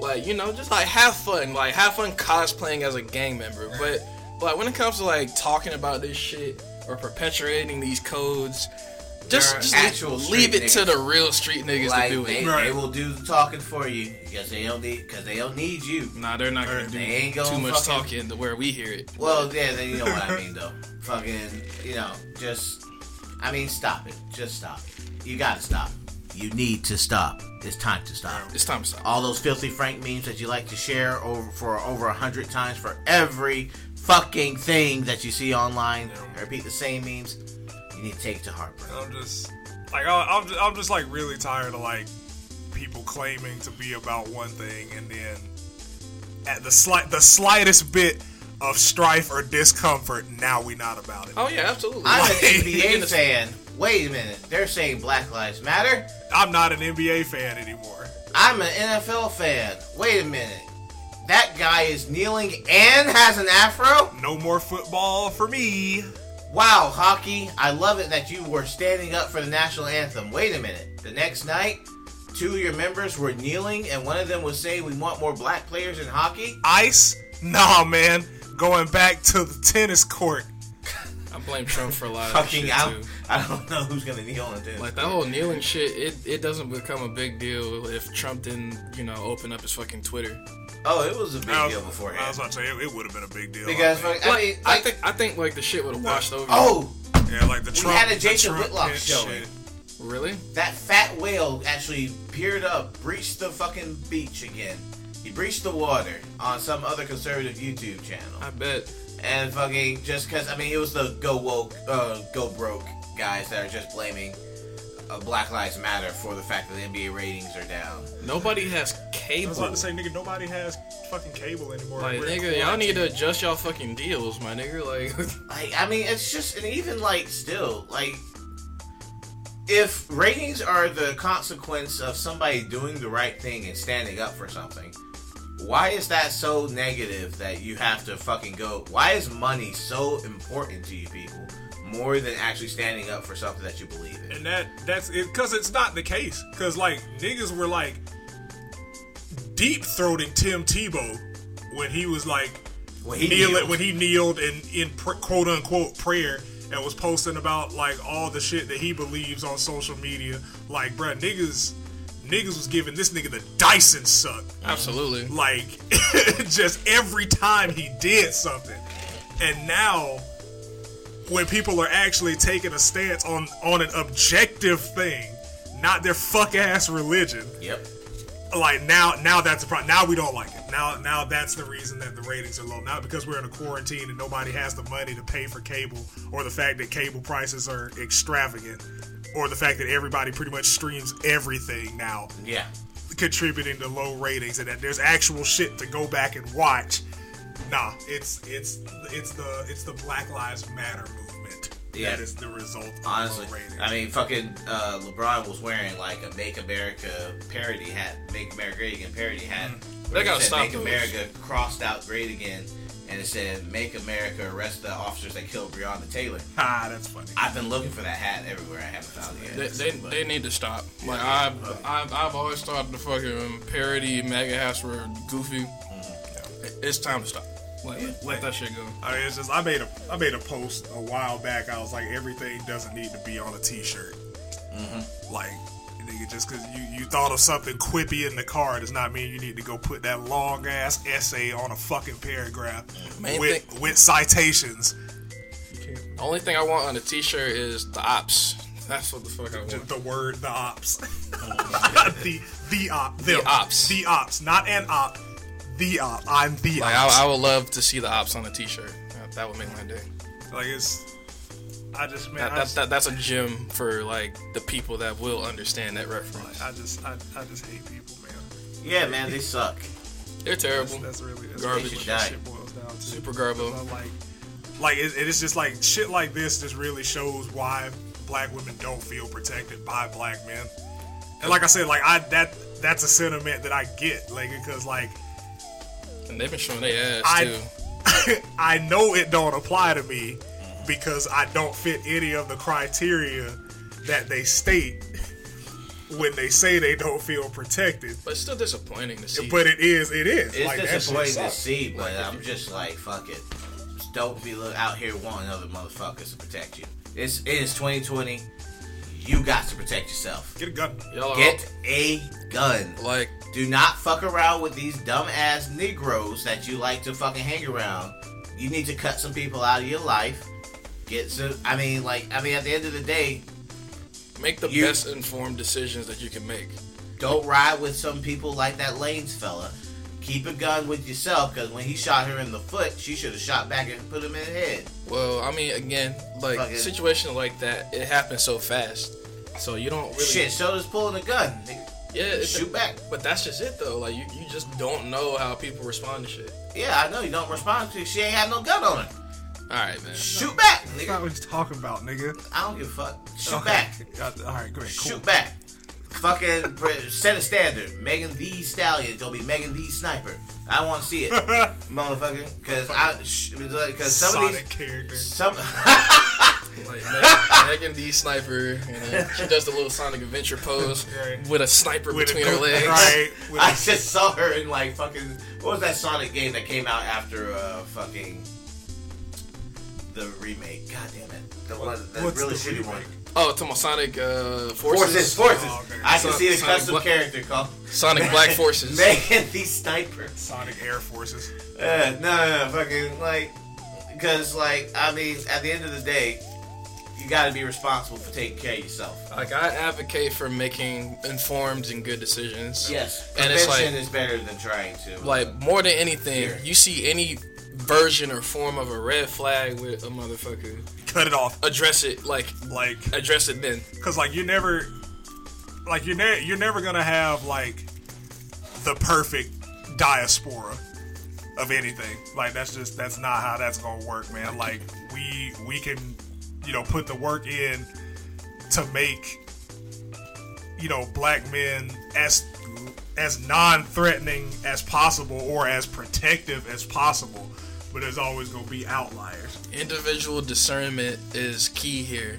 Like you know, just like have fun. Like have fun cosplaying as a gang member. But like when it comes to like talking about this shit or perpetuating these codes. Just, There are just actual leave street it to niggas. the real street niggas Like, to do they, it. Right. they will do the talking for you because they don't need because they don't need you. Nah, they're not gonna They do ain't too gonna much fucking- talking to where we hear it. Well, yeah, then you know what I mean though. Fucking, you know, just I mean, stop it. Just stop. You gotta stop. You need to stop. It's time to stop. It's time to stop. all those filthy Frank memes that you like to share over for over a hundred times for every fucking thing that you see online. I repeat the same memes. You need to take it to heart, bro. I'm just like I- I'm just, I'm just like really tired of like people claiming to be about one thing and then at the slight the slightest bit of strife or discomfort, now we not about it. Oh yeah, absolutely. I'm an Like, you're NBA gonna- fan. Wait a minute. They're saying Black Lives Matter. I'm not an NBA fan anymore. I'm an NFL fan. Wait a minute. That guy is kneeling and has an afro? No more football for me. Wow, hockey. I love it that you were standing up for the national anthem. Wait a minute. The next night, two of your members were kneeling and one of them was saying we want more black players in hockey. Ice? Nah, man. Going back to the tennis court. I blame Trump for a lot of that fucking Oh, shit, out. too. I don't know who's gonna kneel on this. Like that whole kneeling shit, it, it doesn't become a big deal if Trump didn't, you know, open up his fucking Twitter. oh, it was a big I was, deal I was beforehand. about to say it, it would have been a big deal. Because I mean. fuck- I mean, oh, I like- think I think like the shit would have washed over. oh, yeah, like the Trump, had a the Jason Trump Whitlock pitch showing. shit. really? that fat whale actually peered up, breached the fucking beach again. He breached the water on some other conservative YouTube channel, I bet. and fucking just because I mean, it was the go woke, uh, go broke guys that are just blaming uh, Black Lives Matter for the fact that the NBA ratings are down. Nobody has I cable. was about to say, nigga, nobody has fucking cable anymore. Like, We're in nigga, y'all quarantine. need to adjust y'all fucking deals, my nigga. Like, Like, I mean, it's just, and even like, still, like, if ratings are the consequence of somebody doing the right thing and standing up for something, why is that so negative that you have to fucking go? Why is money so important to you people more than actually standing up for something that you believe in? And that that's it because it's not the case. Because like niggas were like deep throating Tim Tebow when he was like When he kneel- kneeled. when he kneeled in in pr- quote unquote prayer and was posting about like all the shit that he believes on social media. Like bruh, niggas niggas was giving this nigga the Dyson suck. absolutely. Like just every time he did something, and now when people are actually taking a stance on on an objective thing, not their fuck ass religion, Yep. like now now that's a problem. Now we don't like it. Now now that's the reason that the ratings are low. Not because we're in a quarantine and nobody has the money to pay for cable, or the fact that cable prices are extravagant, or the fact that everybody pretty much streams everything now Yeah. contributing to low ratings and that there's actual shit to go back and watch. Nah, it's it's it's the it's the Black Lives Matter movement Yeah. that is the result of Honestly, low ratings. I mean, fucking uh, LeBron was wearing like a "Make America" parody hat, "Make America Great Again" parody hat. where Mm-hmm. They it gotta said, stop "Make those." America" crossed out "Great Again," and it said "Make America arrest the officers that killed Breonna Taylor." ah, that's funny. I've been looking for that hat everywhere. I haven't found it They, yet. they, they need to stop. Like I've, I've I've always thought the fucking parody mega hats were goofy. It's time to stop. Like let that shit go. I mean, it's just I made a I made a post a while back. I was like, everything doesn't need to be on a T-shirt. Mm-hmm. Like, nigga, just because you you thought of something quippy in the car does not mean you need to go put that long ass essay on a fucking paragraph Main with with citations. The only thing I want on a t-shirt is the ops. That's what the fuck I want. Just the word the ops. the the op them. Oh, The ops. The ops. Not an op. The op. I'm the Like ops. I, I would love to see the ops on a t-shirt. That, that would make my day. like it's I just man That, I, that, just, that, that's a gem for like the people that will understand that reference. I just I, I just hate people, man. Yeah, man, they suck. They're terrible. That's really that's Garbage. really what that Shit. shit boils down to. Super garbo. Because I'm Like, like it, it is just like shit like this just really shows why black women don't feel protected by black men. And like I said, like I that that's a sentiment that I get, like because like And they've been showing their ass I- too. I know it don't apply to me because I don't fit any of the criteria that they state when they say they don't feel protected. But it's still disappointing to see. But it is, it is. It's like, that shit disappointing to sucks. see, but I'm just like, fuck it. Just don't be look- out here wanting other motherfuckers to protect you. It's it is 2020. You got to protect yourself. Get a gun. Y'all are Get a gun. all, like Do not fuck around with these dumbass Negroes that you like to fucking hang around. You need to cut some people out of your life. Get some. I mean, like, I mean, at the end of the day, make the You- best informed decisions that you can make. don't ride with some people like that Lanes fella. Keep a gun with yourself, because when he shot her in the foot, she should have shot back and put him in the head. Well, I mean, again, like Fuck it. situation like that, it happens so fast, so you don't really. Shit, so does pulling a gun. nigga. Yeah. It's Shoot back. but that's just it though. Like you, you just don't know how people respond to shit. Yeah, I know you don't respond to. She ain't had no gun on her. All right, man. Shoot back, That's nigga. not what he's talking about, nigga. I don't give a fuck. Shoot Okay. back. Got- All right, great. Cool. Shoot back. Fucking pre- set a standard. Megan the Stallion. Don't be Megan the Sniper. I want to see it, motherfucker. Because I, because some of Sonic these, character. some, Like Meg- Megan D. Sniper, you know, she does the little Sonic Adventure pose Right. with a sniper With a between her good- legs. Right. With I a- just saw her in like fucking. What was that Sonic game that came out after uh fucking the remake? God damn it, the one the What's really the shitty one. remake? Oh, to my Sonic uh, forces, Forces, forces. Oh, okay. I can Son- see the Sonic custom Black- character called Sonic Black Forces. Megan the Sniper. Sonic Air Forces. Uh, no, no, no, fucking like, because like I mean, at the end of the day, you got to be responsible for taking care of yourself. Like I advocate for making informed and good decisions. Yes, And it's prevention is better than trying to. Like more than anything, Here. you see any version or form of a red flag with a motherfucker, Cut it off. address it like Like, address it then. cause like you never, like you're ne- you're never gonna have like the perfect diaspora of anything. Like that's just that's not how that's gonna work, man. Like we we can, you know, put the work in to make you know black men as as non-threatening as possible or as protective as possible. But there's always gonna be outliers. Individual discernment is key here.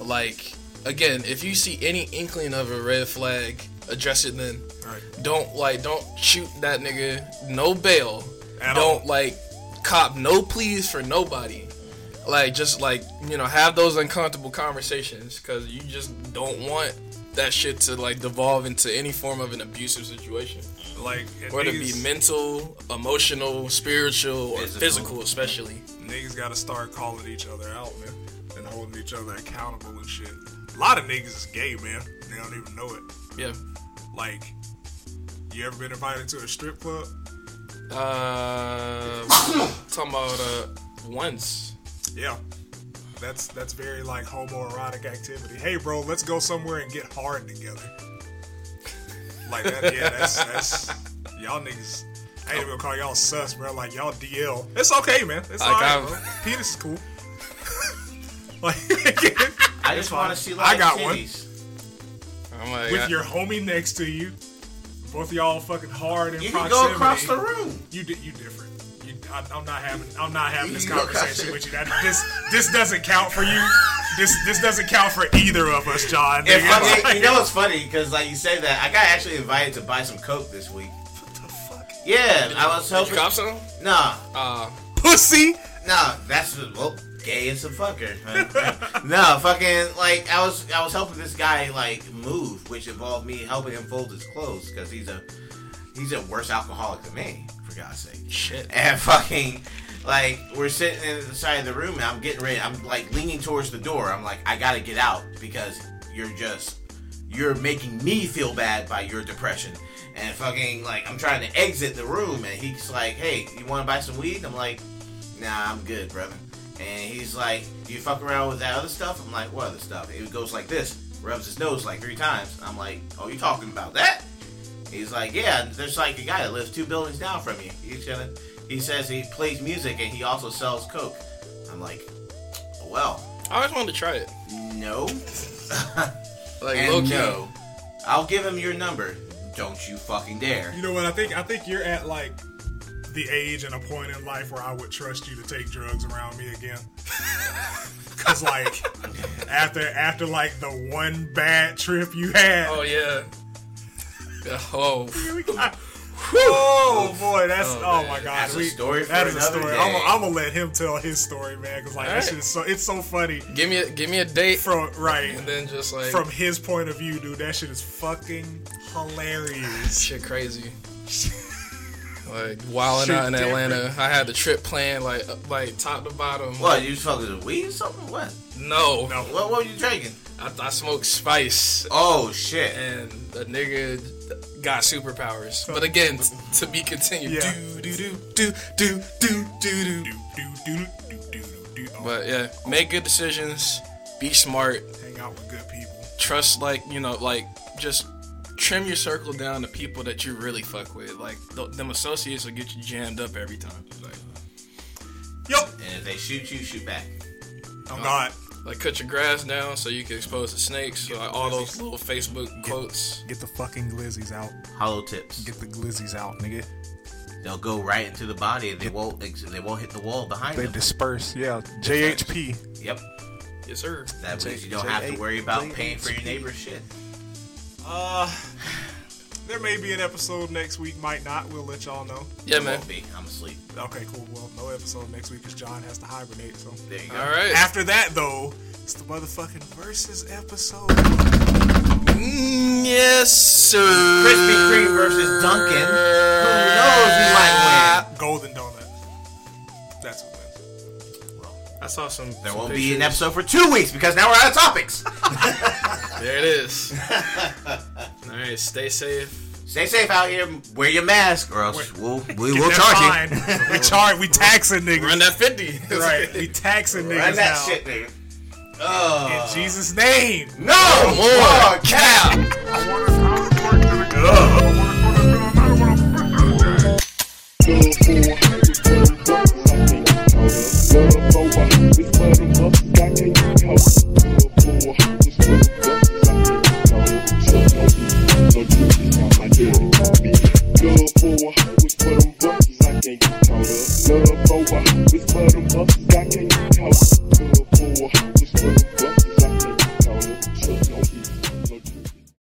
Like again, if you see any inkling of a red flag, address it then. Right. Don't like don't shoot that nigga. No bail. At don't all. like cop no pleas for nobody. Like just like you know have those uncomfortable conversations because you just don't want that shit to like devolve into any form of an abusive situation. Like and Whether it be these- mental, emotional, spiritual, or Physical. physical, especially. Niggas gotta start calling each other out, man, and holding each other accountable and shit. A lot of niggas is gay, man. They don't even know it. Yeah. Like, you ever been invited to a strip club? Uh, talking about uh, once. Yeah. That's that's very like homoerotic activity. Hey, bro, let's go somewhere and get hard together. Like that, yeah. That's that's y'all niggas. I ain't even gonna call y'all sus, bro. Like y'all DL. It's okay, man. It's Like, alright, I've- bro. Penis is cool. like. I just want to see I like got one. titties. I'm like, uh, with I- your homie next to you. Both of y'all fucking hard in You can proximity. go across the room. You di- you different. You, I, I'm not having I'm not having this You go across conversation the- with you. That this this doesn't count for you. This this doesn't count for either of us, John. If nigga. I- Like, you know what's funny? Because like you say that, I got actually invited to buy some coke this week. what the fuck? Yeah, I was did you hoping. cop some? Nah, Uh, Pussy. No, that's well, gay as a fucker. no, fucking like I was, I was helping this guy like move, which involved me helping him fold his clothes because he's a he's a worse alcoholic than me, for God's sake. shit. And fucking like we're sitting in the side of the room, and I'm getting ready. I'm like leaning towards the door. I'm like, I gotta get out because you're just you're making me feel bad by your depression. And fucking like I'm trying to exit the room, and he's like, Hey, you want to buy some weed? I'm like, Nah, I'm good, brother. And he's like, Do you fuck around with that other stuff? I'm like, What other stuff? It goes like this. Rubs his nose like three times. I'm like, Oh, you talking about that? He's like, yeah, there's like a guy that lives two buildings down from you. He's gonna, he says he plays music and he also sells coke. I'm like, well, I always wanted to try it. no Like, and low key. no. I'll give him your number. Don't you fucking dare. You know what? I think I think you're at like the age and a point in life where I would trust you to take drugs around me again. Cause like after after like the one bad trip you had, Oh, yeah. Oh, Oh boy, that's Oh, oh, man. my god. That's a story for that is another day. I'm, I'm gonna let him tell his story, man, because like that All right. shit is so it's so funny give me a give me a date, from right and then just like from his point of view, dude. That shit is fucking hilarious. shit crazy. Like wilding out in Shit different. Atlanta, I had the trip planned like up- like top to bottom. What, you fucking weed or something? What? No, No. What, what were you drinking? I, I smoked spice Oh, shit. and the nigga got superpowers. But again, t- to be continued. Yeah. Do do do do do do do do. Do, do, do, do, do, do, do. Oh, But yeah, make good decisions. Be smart. hang out with good people. Trust like you know like just trim your circle down to people that you really fuck with. Like th- them associates will get you jammed up every time. Like, Yup. And if they shoot you, shoot back. I'm not. like cut your grass down so you can expose the snakes. So, like, all those little Facebook quotes. Get the fucking glizzies out. Hollow tips. Get the glizzies out, nigga. They'll go right into the body and they won't ex- they won't hit the wall behind They them. disperse. Yeah. JHP. Yep. Yes sir. That J- means you don't have to worry about J- paying for your J- neighbor's shit. Uh, there may be an episode next week, might not. We'll let y'all know. Yeah It man. won't be. I'm asleep. Okay, cool. Well, no episode next week because John has to hibernate. So There you go. All right. after that, though, it's the motherfucking versus episode. Mm, yes, sir. Krispy Kreme versus Dunkin'. Who knows? You might win. Golden Donut. That's what wins. I saw some. There some won't be an pictures. episode for two weeks because now we're out of topics. There it is. All right, stay safe. Stay safe out here. Wear your mask, or else we'll, we will charge that you. fine. we charge. We taxing Run niggas. that 50. Right. We taxing niggas Run that now. shit, nigga. Oh. In Jesus' name. No! More cow! Ugh. Thank you.